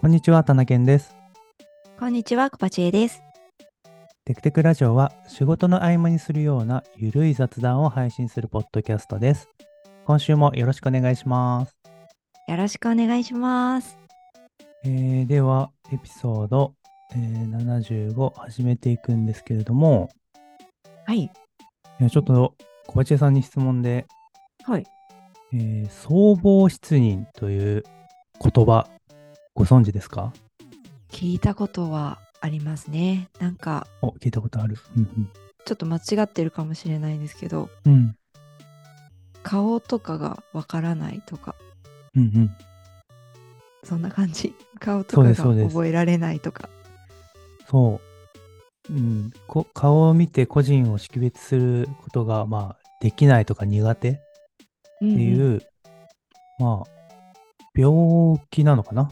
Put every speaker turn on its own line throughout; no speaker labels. こんにちは、田中健です。
こんにちは、こぱちえです。
テクテクラジオは仕事の合間にするようなゆるい雑談を配信するポッドキャストです。今週もよろしくお願いします。
よろしくお願いします。
えーでは、エピソード、えー75始めていくんですけれども、
はい。
いやちょっと小鉢屋さんに質問で、
はい。
えー総合失認という言葉、ご存知ですか
聞いたことはありますね。なんか、
お、聞いたことある。うん
ちょっと間違ってるかもしれないんですけど、
うん。うん。
顔とかがわからないとか、
うんうん。
そんな感 じ。顔と
そう
か
で
が
すそうです
覚えられないとか。
そう。うん、こ顔を見て個人を識別することが、まあ、できないとか苦手って
って
いう、
うん。
まあ、病気なのかな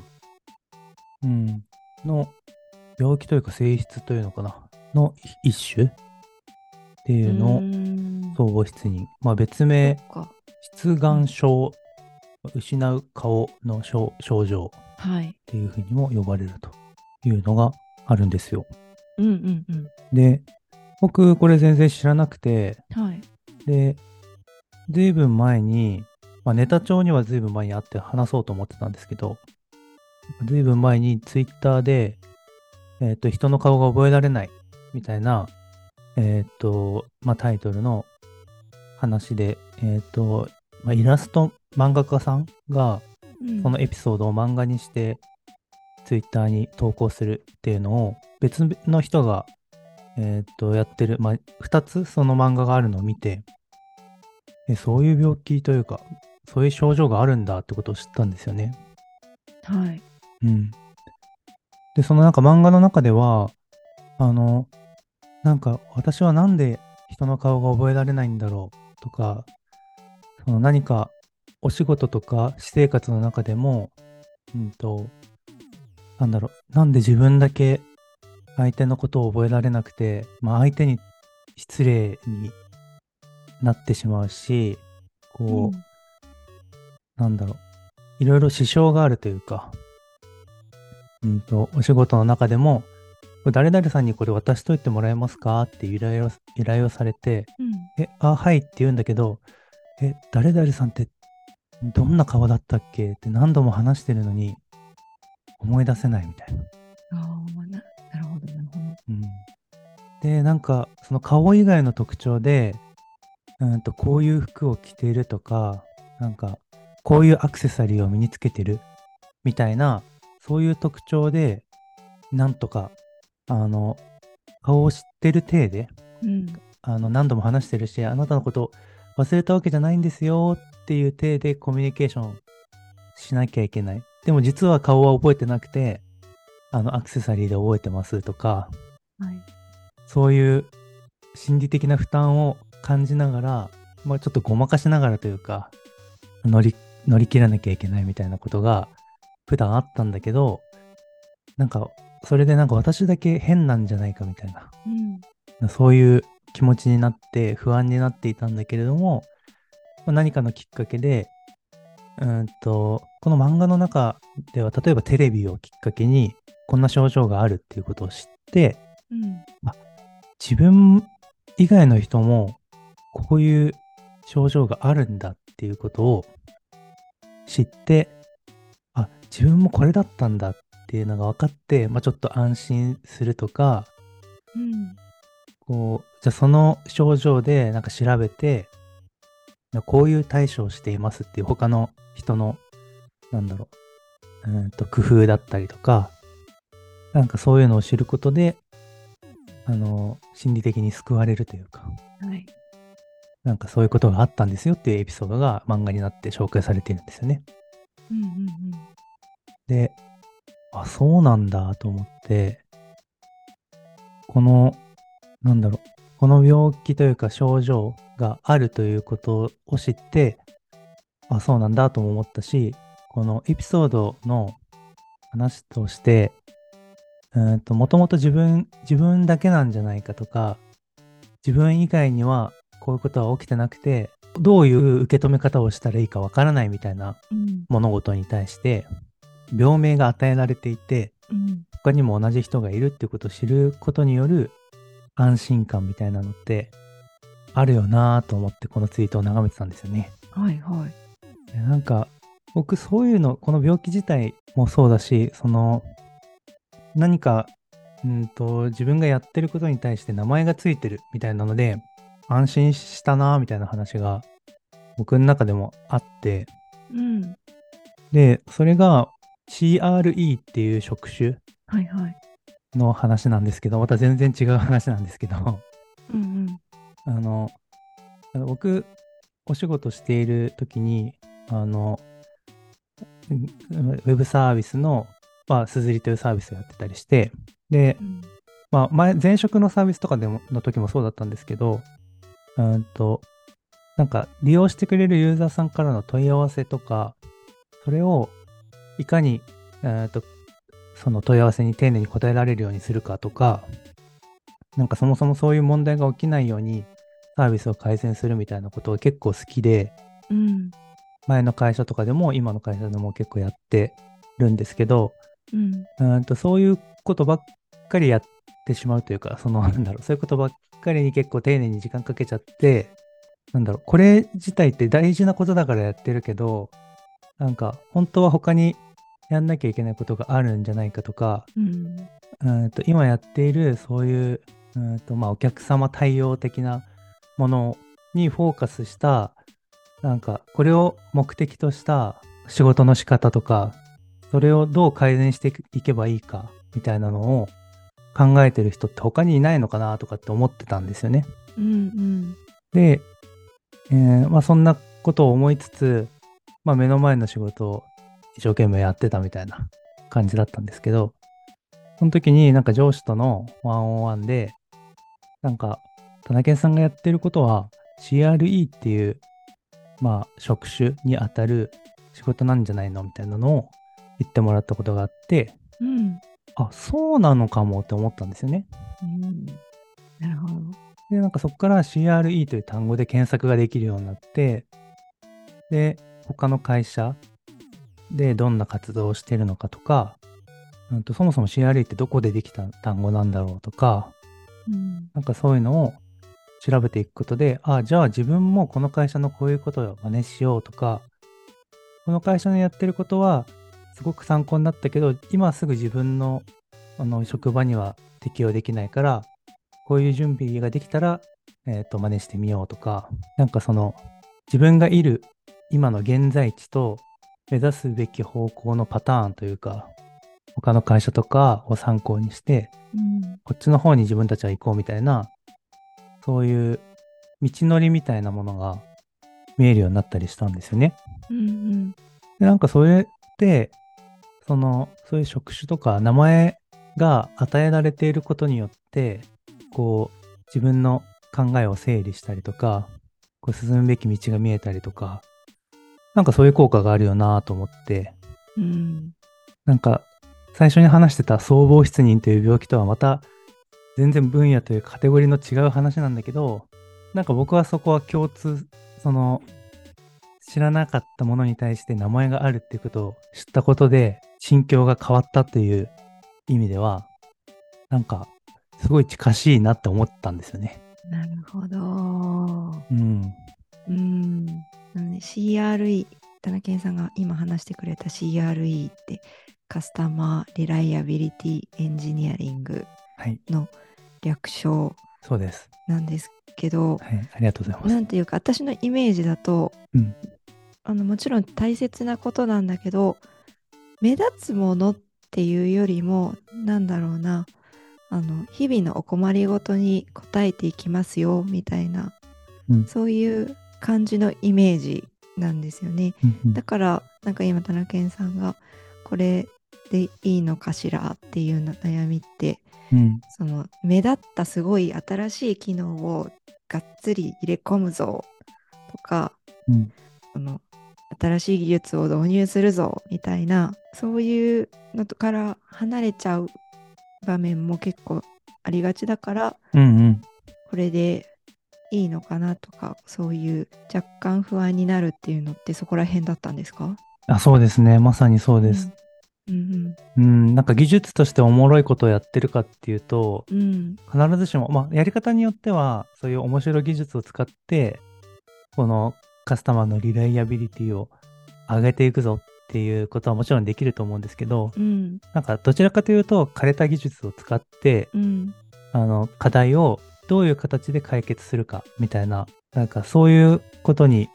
うん。の、病気というか性質というのかなの一種っていうのを
の、
総合失認。まあ、別名、
そっか。
失眼症、失う顔の症症状っ
はい。
ていうふうにも呼ばれるというのがあるんですよ。
うんうんうん。
で、僕、これ全然知らなくて、
はい。
で、ずいぶん前に、まあ、ネタ帳にはずいぶん前に会って話そうと思ってたんですけど、ずいぶん前にツイッターで、えっ、と、人の顔が覚えられない、みたいな、えっ、と、まあ、タイトルの話で、えっ、と、まあ、イラスト漫画家さんが、
うん
そのエピソードを漫画にして、ツイッターに投稿するっていうのを、別の人が、えーっと、やってる、まあ、2つその漫画があるのを見て、えそういう病気というか、そういう症状があるんだってことを知ったんですよね。
はい。
うん。で、そのなんか漫画の中では、あの、なんか私はなんで人の顔が覚えられないんだろうとか、その何かお仕事とか私生活の中でも、うんと、なんだろう、なんで自分だけ相手のことを覚えられなくて、まあ相手に失礼になってしまうし、こう、
うん
なんだろう、いろいろ支障があるというか、うんと、お仕事の中でも、これ誰々さんにこれ渡しといてもらえますかっていう依頼を依頼をされて、
うん
え、あ、はいって言うんだけど、え、誰々さんってどんな顔だったっけって何度も話してるのに、思い出せないみたいな。
あーななるほど、なるほど。
うん、で、なんか、その顔以外の特徴で、うんと、こういう服を着ているとか、なんか、こういうアクセサリーを身につけてるみたいな、そういう特徴で、なんとか、あの、顔を知ってる体で、
うん。
あの、何度も話してるし、あなたのこと忘れたわけじゃないんですよっていう体でコミュニケーションしなきゃいけない。でも実は顔は覚えてなくて、あの、アクセサリーで覚えてますとか、
はい。
そういう心理的な負担を感じながら、まあ、ちょっとごまかしながらというか乗り乗り切らなきゃいけないみたいなことが普段あったんだけどなんかそれでなんか私だけ変なんじゃないかみたいな
うん。
そういう気持ちになって不安になっていたんだけれども、まあ何かのきっかけで、うーんと、この漫画の中では、例えばテレビをきっかけに、こんな症状があるっていうことを知って、
うん。
自分以外の人も、こういう症状があるんだっていうことを知って、あ、自分もこれだったんだっていうのが分かって、まあ、ちょっと安心するとか、
うん。
こう、じゃあその症状でなんか調べて、なこういう対処をしていますっていう他の人の、なんだろう、うーんと、工夫だったりとか、なんかそういうのを知ることで、あの、心理的に救われるというか、
はい。
なんかそういうことがあったんですよっていうエピソードが漫画になって紹介されているんですよね。
うんうんうん。
で、あ、そうなんだと思って、この、なんだろう、この病気というか症状があるということを知って、あ、そうなんだとも思ったし、このエピソードの話として、うんと、もともと自分、自分だけなんじゃないかとか、自分以外にはこういうことは起きてなくて、どういう受け止め方をしたらいいかわからないみたいな
うん。
物事に対して病名が与えられていて、
うん
他にも同じ人がいるってことを知ることによる安心感みたいなのってあるよなぁと思ってこのツイートを眺めてたんですよね。
はいはい。
いやなんか僕そういうのこの病気自体もそうだしその何かうんと自分がやってることに対して名前がついてるみたいなので安心したなぁみたいな話が僕の中でもあって
うん。
でそれが CRE っていう職種
はいはい。
の話なんですけど、また全然違う話なんですけど、
うん
あの、あの僕、お仕事している時に、あの、うんウェブサービスの、まあ、すずりというサービスをやってたりして、で
う、ん。
まあ、前、前職のサービスとかでも、の時もそうだったんですけど、うんと、なんか、利用してくれるユーザーさんからの問い合わせとか、それを、いかに、えっと、その問い合わせに丁寧に答えられるようにするかとか、なんかそもそもそういう問題が起きないように、サービスを改善するみたいなことが結構好きで、
うん。
前の会社とかでも、今の会社でも結構やってるんですけど、
うん。
うーんとそういうことばっかりやってしまうというか、そのなんだろう、そういうことばっかりに結構丁寧に時間かけちゃって、なんだろう、これ自体って大事なことだからやってるけど、なんか本当は他にやんなきゃいけないことがあるんじゃないかとか、
うん。
うーんと今やっているそういううーんとまあお客様対応的なものにフォーカスしたなんかこれを目的とした仕事の仕方とかそれをどう改善していけばいいかみたいなのを考えてる人って他にいないのかなとかって思ってたんですよね。
うん。
で、えーまあ、そんなことを思いつつ、まあ、目の前の仕事を一生懸命やってたみたいな感じだったんですけど、その時になんか上司とのワンオンワンで、なんか、田中さんがやってることは CRE っていう、まあ、職種にあたる仕事なんじゃないのみたいなのを言ってもらったことがあって、
うん。
あ、そうなのかもって思ったんですよね。
うん。なるほど。
で、なんかそこから CRE という単語で検索ができるようになって、で、他の会社でどんな活動をしてるのかとか、うんとそもそも CRE ってどこでできた単語なんだろうとか、
うん。
なんかそういうのを調べていくことで、あ、じゃあ自分もこの会社のこういうことを真似しようとか、この会社のやってることはすごく参考になったけど、今すぐ自分のあの職場には適用できないから、こういう準備ができたら、えっ、と、真似してみようとか、なんかその、自分がいる今の現在地と目指すべき方向のパターンというか、他の会社とかを参考にして、
うん。
こっちの方に自分たちは行こうみたいな、そういう道のりみたいなものが見えるようになったりしたんですよね。
うん。
で、なんかそれって、その、そういう職種とか名前が与えられていることによって、こう、自分の考えを整理したりとか、こう進むべき道が見えたりとか、なんかそういう効果があるよなと思って、
うん。
なんか、最初に話してた総合失認という病気とはまた、全然分野というかカテゴリーの違う話なんだけど、なんか僕はそこは共通、その、知らなかったものに対して名前があるっていうことを知ったことで、心境が変わったという意味では、なんか、すごい近しいなって思ったんですよね。
なるほど。
うん。
うん。なので CRE、田中健さんが今話してくれた CRE って、カスタマー・リライアビリティ・エンジニアリング
はい。
の略称
そうです。
なんですけど、
はい。ありがとうございます。
なんていうか私のイメージだと、
うん
あのもちろん大切なことなんだけど目立つものっていうよりもなんだろうなあの日々のお困りごとに答えていきますよみたいな、
うん
そういう感じのイメージなんですよね。
うんうん
だからなんか今田中健さんがこれでいいのかしらっていうような悩みって
うん。
その目立ったすごい新しい機能をがっつり入れ込むぞとか、
うん
その新しい技術を導入するぞみたいなそういうのとから離れちゃう場面も結構ありがちだから
うんうん。
これでいいのかなとかそういう若干不安になるっていうのってそこら辺だったんですか
あ、そうですね。まさにそうです。
うん
うん、なんか技術としておもろいことをやってるかっていうと、
うんうん
必ずしも、まあ、やり方によっては、そういう面白い技術を使って、このカスタマーのリライアビリティを上げていくぞっていうことはもちろんできると思うんですけど、
うん
なんかどちらかというと、枯れた技術を使って、
うん
あの、課題をどういう形で解決するかみたいな、なんかそういうことに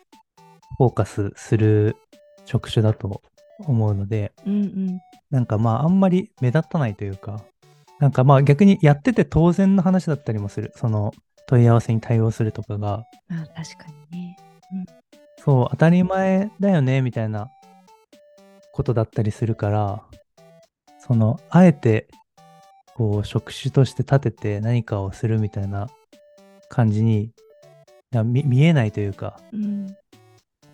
フォーカスする職種だと思うので、
うんうん
なんかまああんまり目立たないというか、なんかまあ逆にやってて当然の話だったりもする。その問い合わせに対応するとかが、
まあ確かにね
そう、当たり前だよね、みたいなことだったりするから、その、あえて、こう、職種として立てて何かをするみたいな感じに、な見見えないというか、
うん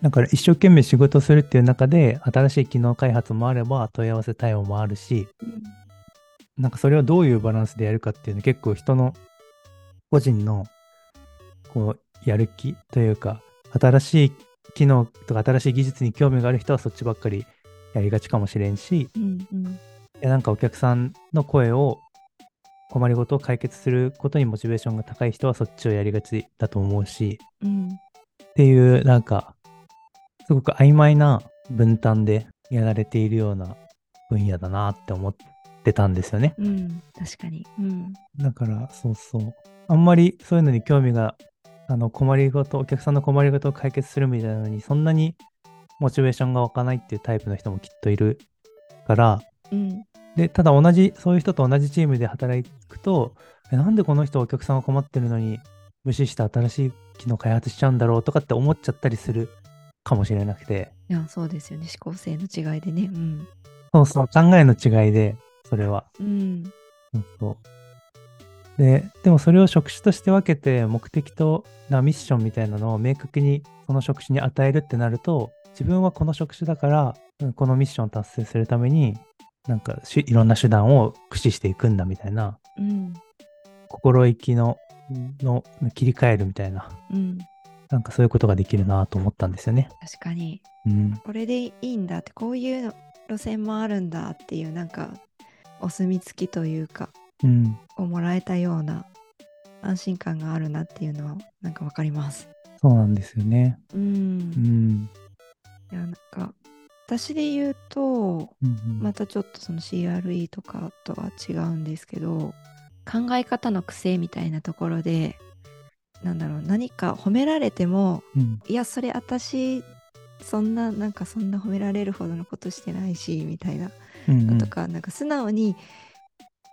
だから一生懸命仕事するっていう中で、新しい機能開発もあれば、問い合わせ対応もあるし、
うん
なんかそれをどういうバランスでやるかっていうの結構人の個人のこうやる気というか新しい機能とか新しい技術に興味がある人はそっちばっかりやりがちかもしれんし
うんうん
いやなんかお客さんの声を困りごとを解決することにモチベーションが高い人はそっちをやりがちだと思うし
うん
っていうなんかすごく曖昧な分担でやられているような分野だなって思ってたんですよね。
うん確かにうん
だから、そうそう。あんまりそういうのに興味が、あの、困りごと、お客さんの困りごとを解決するみたいなのに、そんなにモチベーションが湧かないっていうタイプの人もきっといるから、
うん
で、ただ同じ、そういう人と同じチームで働くと、えなんでこの人お客さんが困ってるのに、無視して新しい機能開発しちゃうんだろうとかって思っちゃったりするかもしれなくて、
いやそうですよね思考性の違いでねうん
そうそう、考えの違いで、それは。
うん
そうそう。で、でもそれを職種として分けて、目的となミッションみたいなのを明確にその職種に与えるってなると、自分はこの職種だから、うんこのミッションを達成するために、なんかしいろんな手段を駆使していくんだみたいな、
うん
心意気のの切り替えるみたいな、
うん
なんかそういうことができるなと思ったんですよね。
確かに
うん。
これでいいんだってこういうの路線もあるんだっていうなんかお墨付きというか
うん。
をもらえたような安心感があるなっていうのはなんかわかります。
そうなんですよね。
うん、
うん。
いやなんか私で言うと
うんうん
またちょっとその CRE とかとは違うんですけど考え方の癖みたいなところでなんだろう何か褒められても
うん
いやそれ私そんななんかそんな褒められるほどのことしてないしみたいな
うんうん
とか、なんか素直に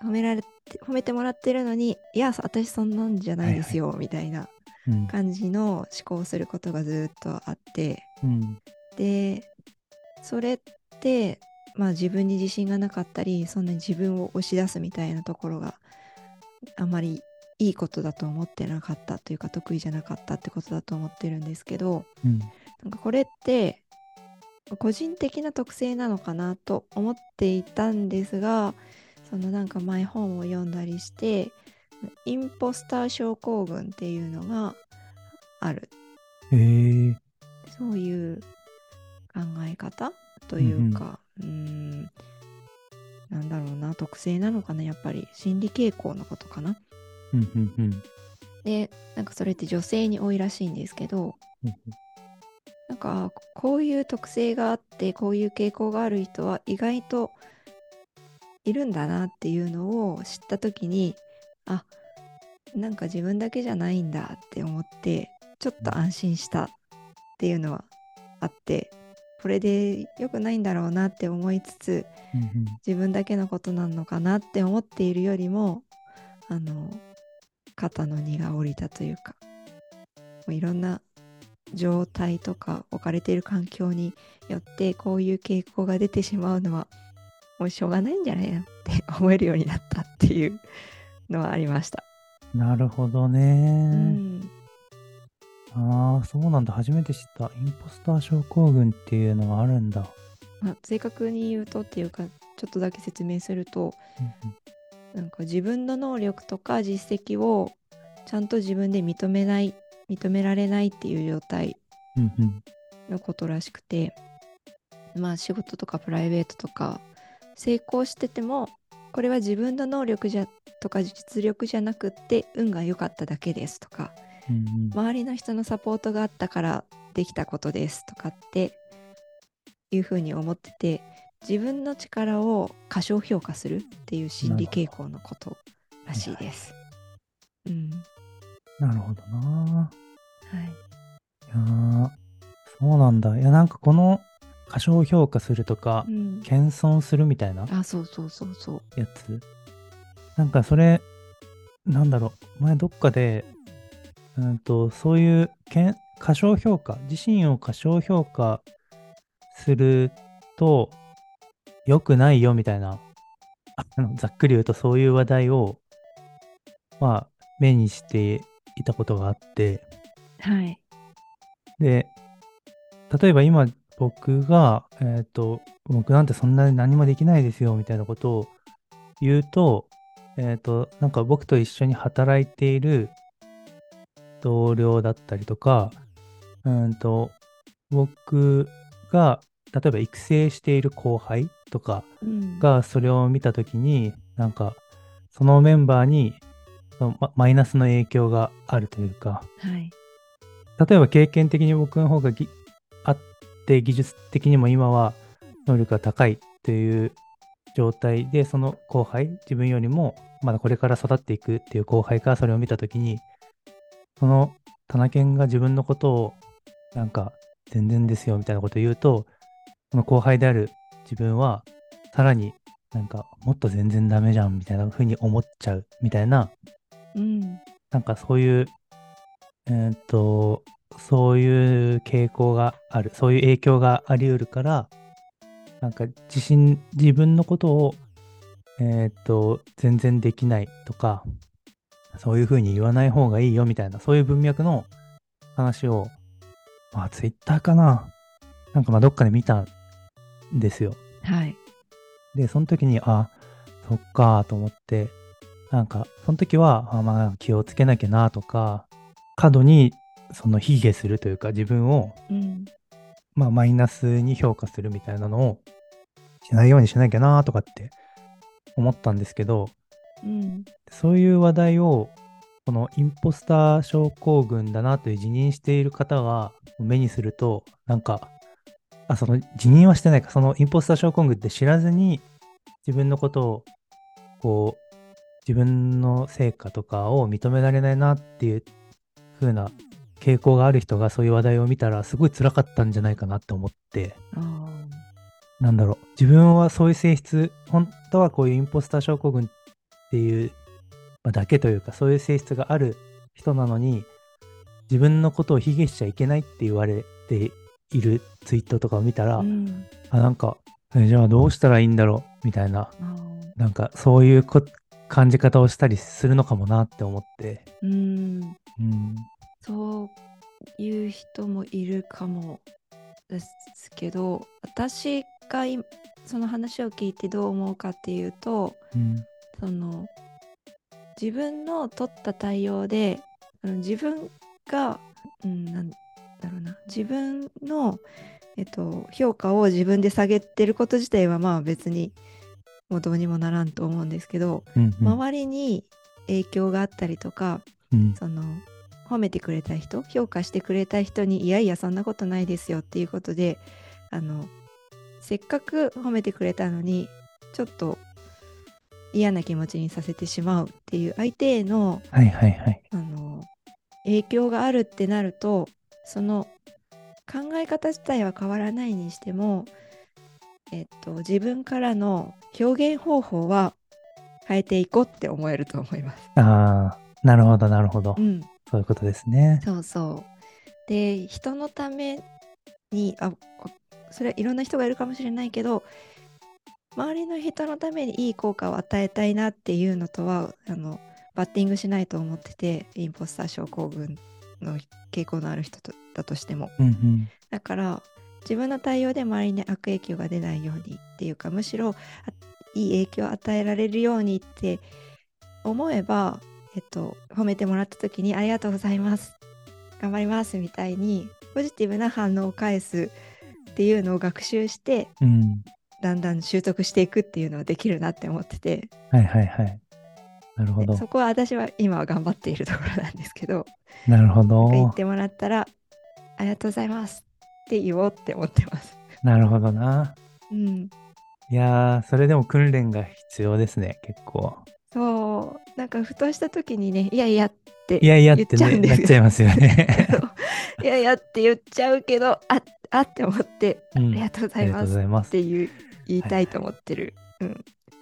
褒められて褒めてもらってるのにいや私そんなんじゃないですよ、みたいな
うん
感じの思考をすることがずっとあって
うん
でそれってまあ自分に自信がなかったりそんなに自分を押し出すみたいなところがあまりいいことだと思ってなかったというか得意じゃなかったってことだと思ってるんですけど、
うん
なんかこれって個人的な特性なのかなと思っていたんですがそのなんか前本を読んだりしてインポスター症候群っていうのがある
へえ
そういう考え方というかうーん,、なんだろうな特性なのかなやっぱり心理傾向のことかな
うんうんうん
でなんかそれって女性に多いらしいんですけど
うん
なんかこういう特性があってこういう傾向がある人は意外といるんだなっていうのを知った時にあなんか自分だけじゃないんだって思ってちょっと安心したっていうのはあってこれで良くないんだろうなって思いつつ
うんうん
自分だけのことなのかなって思っているよりもあの肩の荷が下りたというかもういろんな状態とか置かれている環境によってこういう傾向が出てしまうのはもうしょうがないんじゃないなって思えるようになったっていうのはありました。
なるほど
う
ね。
ん、
ああ、そうなんだ。初めて知った。インポスター症候群っていうのがあるんだ。
まあ、正確に言うとっていうかちょっとだけ説明すると、なんか自分の能力とか実績をちゃんと自分で認めない認められないっていう状態
うんうん
のことらしくてまあ仕事とかプライベートとか成功しててもこれは自分の能力じゃとか実力じゃなくって運が良かっただけですとか
うんうん
周りの人のサポートがあったからできたことですとかっていうふうに思ってて自分の力を過小評価するっていう心理傾向のことらしいです。うん、
なるほどな。
はい、
いやーそうなんだ。いや、なんかこの過小評価するとか
う、ん、
謙遜するみたいな
あそうそうそうそう。
やつ。なんかそれ、なんだろう、前どっかで、うんと、そういうけん過小評価、自身を過小評価すると良くないよみたいな、あのざっくり言うとそういう話題を、まあ、目にしていたことがあって、
はい、
で、例えば今僕が、えっ、と、僕なんてそんなに何もできないですよみたいなことを言うと、えっ、と、なんか僕と一緒に働いている同僚だったりとか、うんと、僕が、例えば育成している後輩とか、
うん、
がそれを見た時になんかそのメンバーにそのママイナスの影響があるというか
はい、
例えば経験的に僕の方がぎあって技術的にも今は能力が高いっていう状態でその後輩自分よりもまだこれから育っていくっていう後輩がそれを見た時にそのタナケンが自分のことをなんか全然ですよみたいなことを言うとその後輩である自分はさらになんかもっと全然ダメじゃんみたいな風に思っちゃうみたいな
うん、
なんかそういう、えーっと、そういう傾向がある、そういう影響があり得るから、なんか自信、自分のことを、えーっと、全然できないとか、そういうふうに言わない方がいいよみたいな、そういう文脈の話を、まあ、ツイッターかななんかまあ、どっかで見たんですよ。
はい、
で、その時に、あ、そっかと思って、なんか、その時は、あまあ、気をつけなきゃなとか、過度に、その、卑下するというか、自分を、
うん、
まあ、マイナスに評価するみたいなのを、しないようにしなきゃなとかって思ったんですけど、
うん、
そういう話題を、このインポスター症候群だなという辞任している方が目にすると、なんか、あ、その辞任はしてないか、そのインポスター症候群って知らずに自分のことを、こう、自分の成果とかを認められないなっていう風な傾向がある人がそういう話題を見たらすごい辛かったんじゃないかなって思って、
あー
なんだろう、自分はそういう性質、本当はこういうインポスター症候群っていう、まあ、だけというか、そういう性質がある人なのに、自分のことを卑下しちゃいけないって言われているツイートとかを見たら、
うん、
あ、なんか、えじゃあどうしたらいいんだろうみたいな、
あー
なんかそういうこ感じ方をしたりするのかもなって思って。
う
う
ん。
ん。
そういう人もいるかもですけど私が今その話を聞いてどう思うかっていうと
うん。
その自分の取った対応であの自分が、うん、なんだろうな自分の、えっと、評価を自分で下げてること自体はまあ別にもうどうにもならんと思うんですけど、
うん。うん
周りに影響があったりとか
うん。
その褒めてくれた人評価してくれた人にいやいやそんなことないですよっていうことであのせっかく褒めてくれたのにちょっと嫌な気持ちにさせてしまうっていう相手への
はいはいはい。
あの影響があるってなるとその考え方自体は変わらないにしても、えっと、自分からの表現方法は変えていこうって思えると思います。
ああ、なるほどなるほど
う。ん
そういうことですね。
そうそう。で人のためにあおそれはいろんな人がいるかもしれないけど周りの人のためにいい効果を与えたいなっていうのとはあのバッティングしないと思っててインポスター症候群の傾向のある人とだとしても
うんうん。
だから自分の対応で周りに悪影響が出ないようにっていうかむしろあいい影響を与えられるようにって思えば、えっと、褒めてもらった時に「ありがとうございます」「頑張ります」みたいにポジティブな反応を返すっていうのを学習して
うん。
だんだん習得していくっていうのはできるなって思ってて
はいはいはい。なるほ
で
ど。
そこは私は今は頑張っているところなんですけど
なるほど。
言ってもらったら「ありがとうございます」って言おうって思ってます。
なるほどな。
うん、
いやー、それでも訓練が必要ですね、結構。
そうなんかふとした時にね「いやいや」って
いやいやって
言っちゃう
ね、
んで
なっ
すよ
ちゃいますよ ね。
そういやいやって言っちゃうけどああって思って
う
あ
ん
りがと
あ
うござい
りがとうご
ますっ
ざいます。
ていう言いたいと思ってる。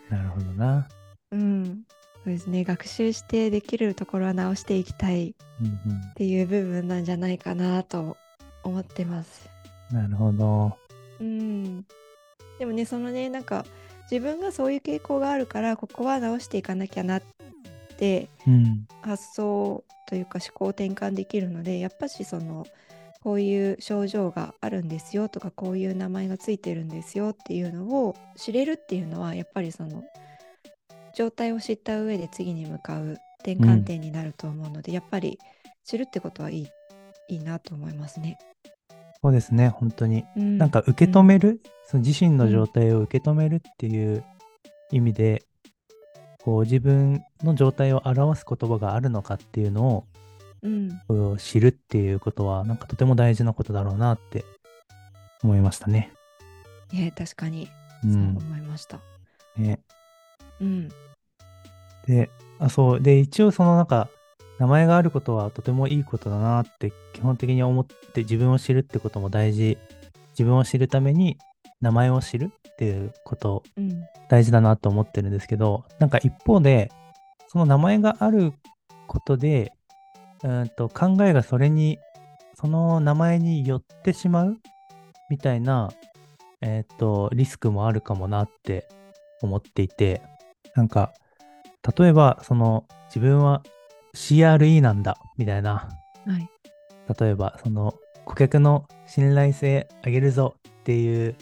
なるほどな。
うん、そうですね学習してできるところは直していきたいっ
うん
ていう部分なんじゃないかなと思ってます。
うん。なるほど。
うん、でもねそのねなんか自分がそういう傾向があるからここは直していかなきゃなって
うん。
発想というか思考を転換できるのでやっぱしそのこういう症状があるんですよとかこういう名前がついてるんですよっていうのを知れるっていうのはやっぱりその状態を知った上で次に向かう転換点になると思うので、やっぱり知るってことはいいいいなと思いますね。
そうですね、本当に。
うん、
なんか受け止める、その自身の状態を受け止めるっていう意味で、こう自分の状態を表す言葉があるのかっていうのを
うん、
こう知るっていうことは、なんかとても大事なことだろうなって思いましたね。
いや確かに
う。
そうん思いました。
ね、
うん、
で、あ、そう。で、一応そのなんか、名前があることはとてもいいことだなって基本的に思って自分を知るってことも大事。自分を知るために名前を知るっていうこと
うん、
大事だなと思ってるんですけど、なんか一方で、その名前があることで、うーんと考えがそれに、その名前に寄ってしまうみたいな、えっ、と、リスクもあるかもなって思っていて、なんか、例えば、その、自分は CRE なんだ、みたいな、
はい、
例えばその顧客の信頼性上げるぞっていう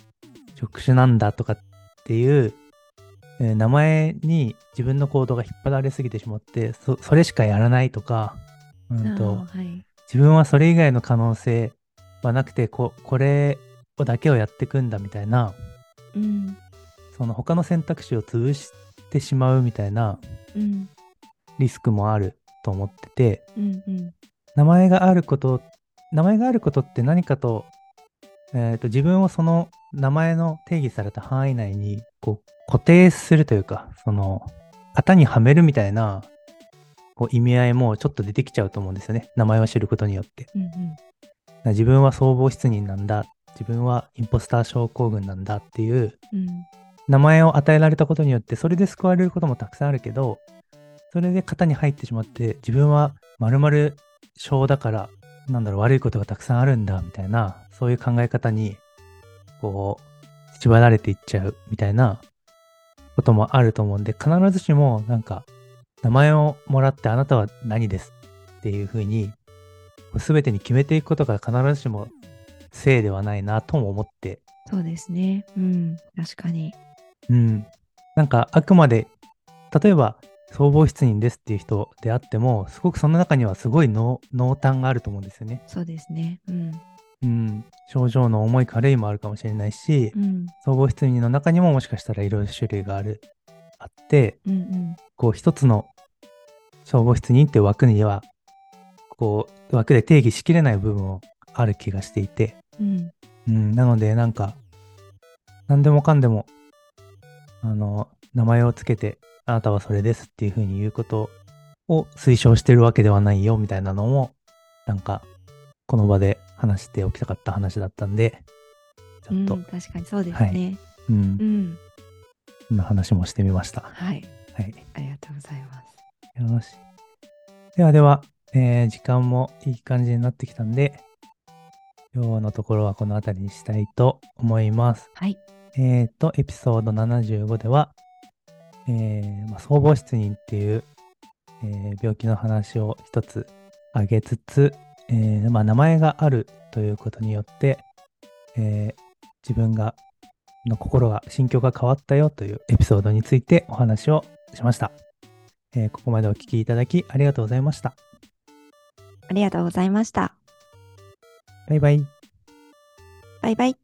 職種なんだとかっていう、えー名前に自分の行動が引っ張られすぎてしまってそそれしかやらないとか、うんと
あーはい、
自分はそれ以外の可能性はなくてここれをだけをやっていくんだみたいな
うん、
その他の選択肢を潰してしまうみたいな
うん、
リスクもあると思ってて、
うん、うん、
名前があること名前があることって何かと,、えーと自分をその名前の定義された範囲内にこう固定するというかその型にはめるみたいなこう意味合いもちょっと出てきちゃうと思うんですよね名前を知ることによって。
うん、うん、
だから自分は総合失人なんだ自分はインポスター症候群なんだっていう
うん。
名前を与えられたことによってそれで救われることもたくさんあるけどそれで型に入ってしまって自分はまるまる症だからなんだろう悪いことがたくさんあるんだみたいなそういう考え方にこう縛られていっちゃうみたいなこともあると思うんで必ずしもなんか名前をもらってあなたは何ですっていうふうにこう全てに決めていくことが必ずしも正ではないなとも思って
そうですね。うん、確かに。
うん。なんかあくまで、例えば、総合失人ですっていう人であっても、すごくその中にはすごい濃濃淡があると思うんですよね。
そうですね。うん、
うん。症状の重い軽いもあるかもしれないし
う、ん、
総合失人の中にももしかしたらいろいろ種類がある、あって、
うん、うん、
こう一つの総合失人っていう枠には、こう枠で定義しきれない部分もある気がしていて、
うん、
うん、なので、なんか、何でもかんでも、あの、名前をつけて、あなたはそれですっていう風に言うことを推奨してるわけではないよ、みたいなのも、なんか、この場で話しておきたかった話だったんで、ちょ
う
っ
ん、
と、
確かにそうです
は
ね。
うん、
うん、
そんな話もしてみました。
はい、
はい。
ありがとうございます。
よし。ではでは、えー時間もいい感じになってきたんで、今日のところはこの辺りにしたいと思います。
はい、
えー、と、エピソード75では、えーまあ、総合失認っていう、えー病気の話を一つ挙げつつ、えーまあ、名前があるということによって、えー自分がの心が心境が変わったよというエピソードについてお話をしました、えーここまでお聞きいただきありがとうございました
ありがとうございました。
バイバイ
バイバイ。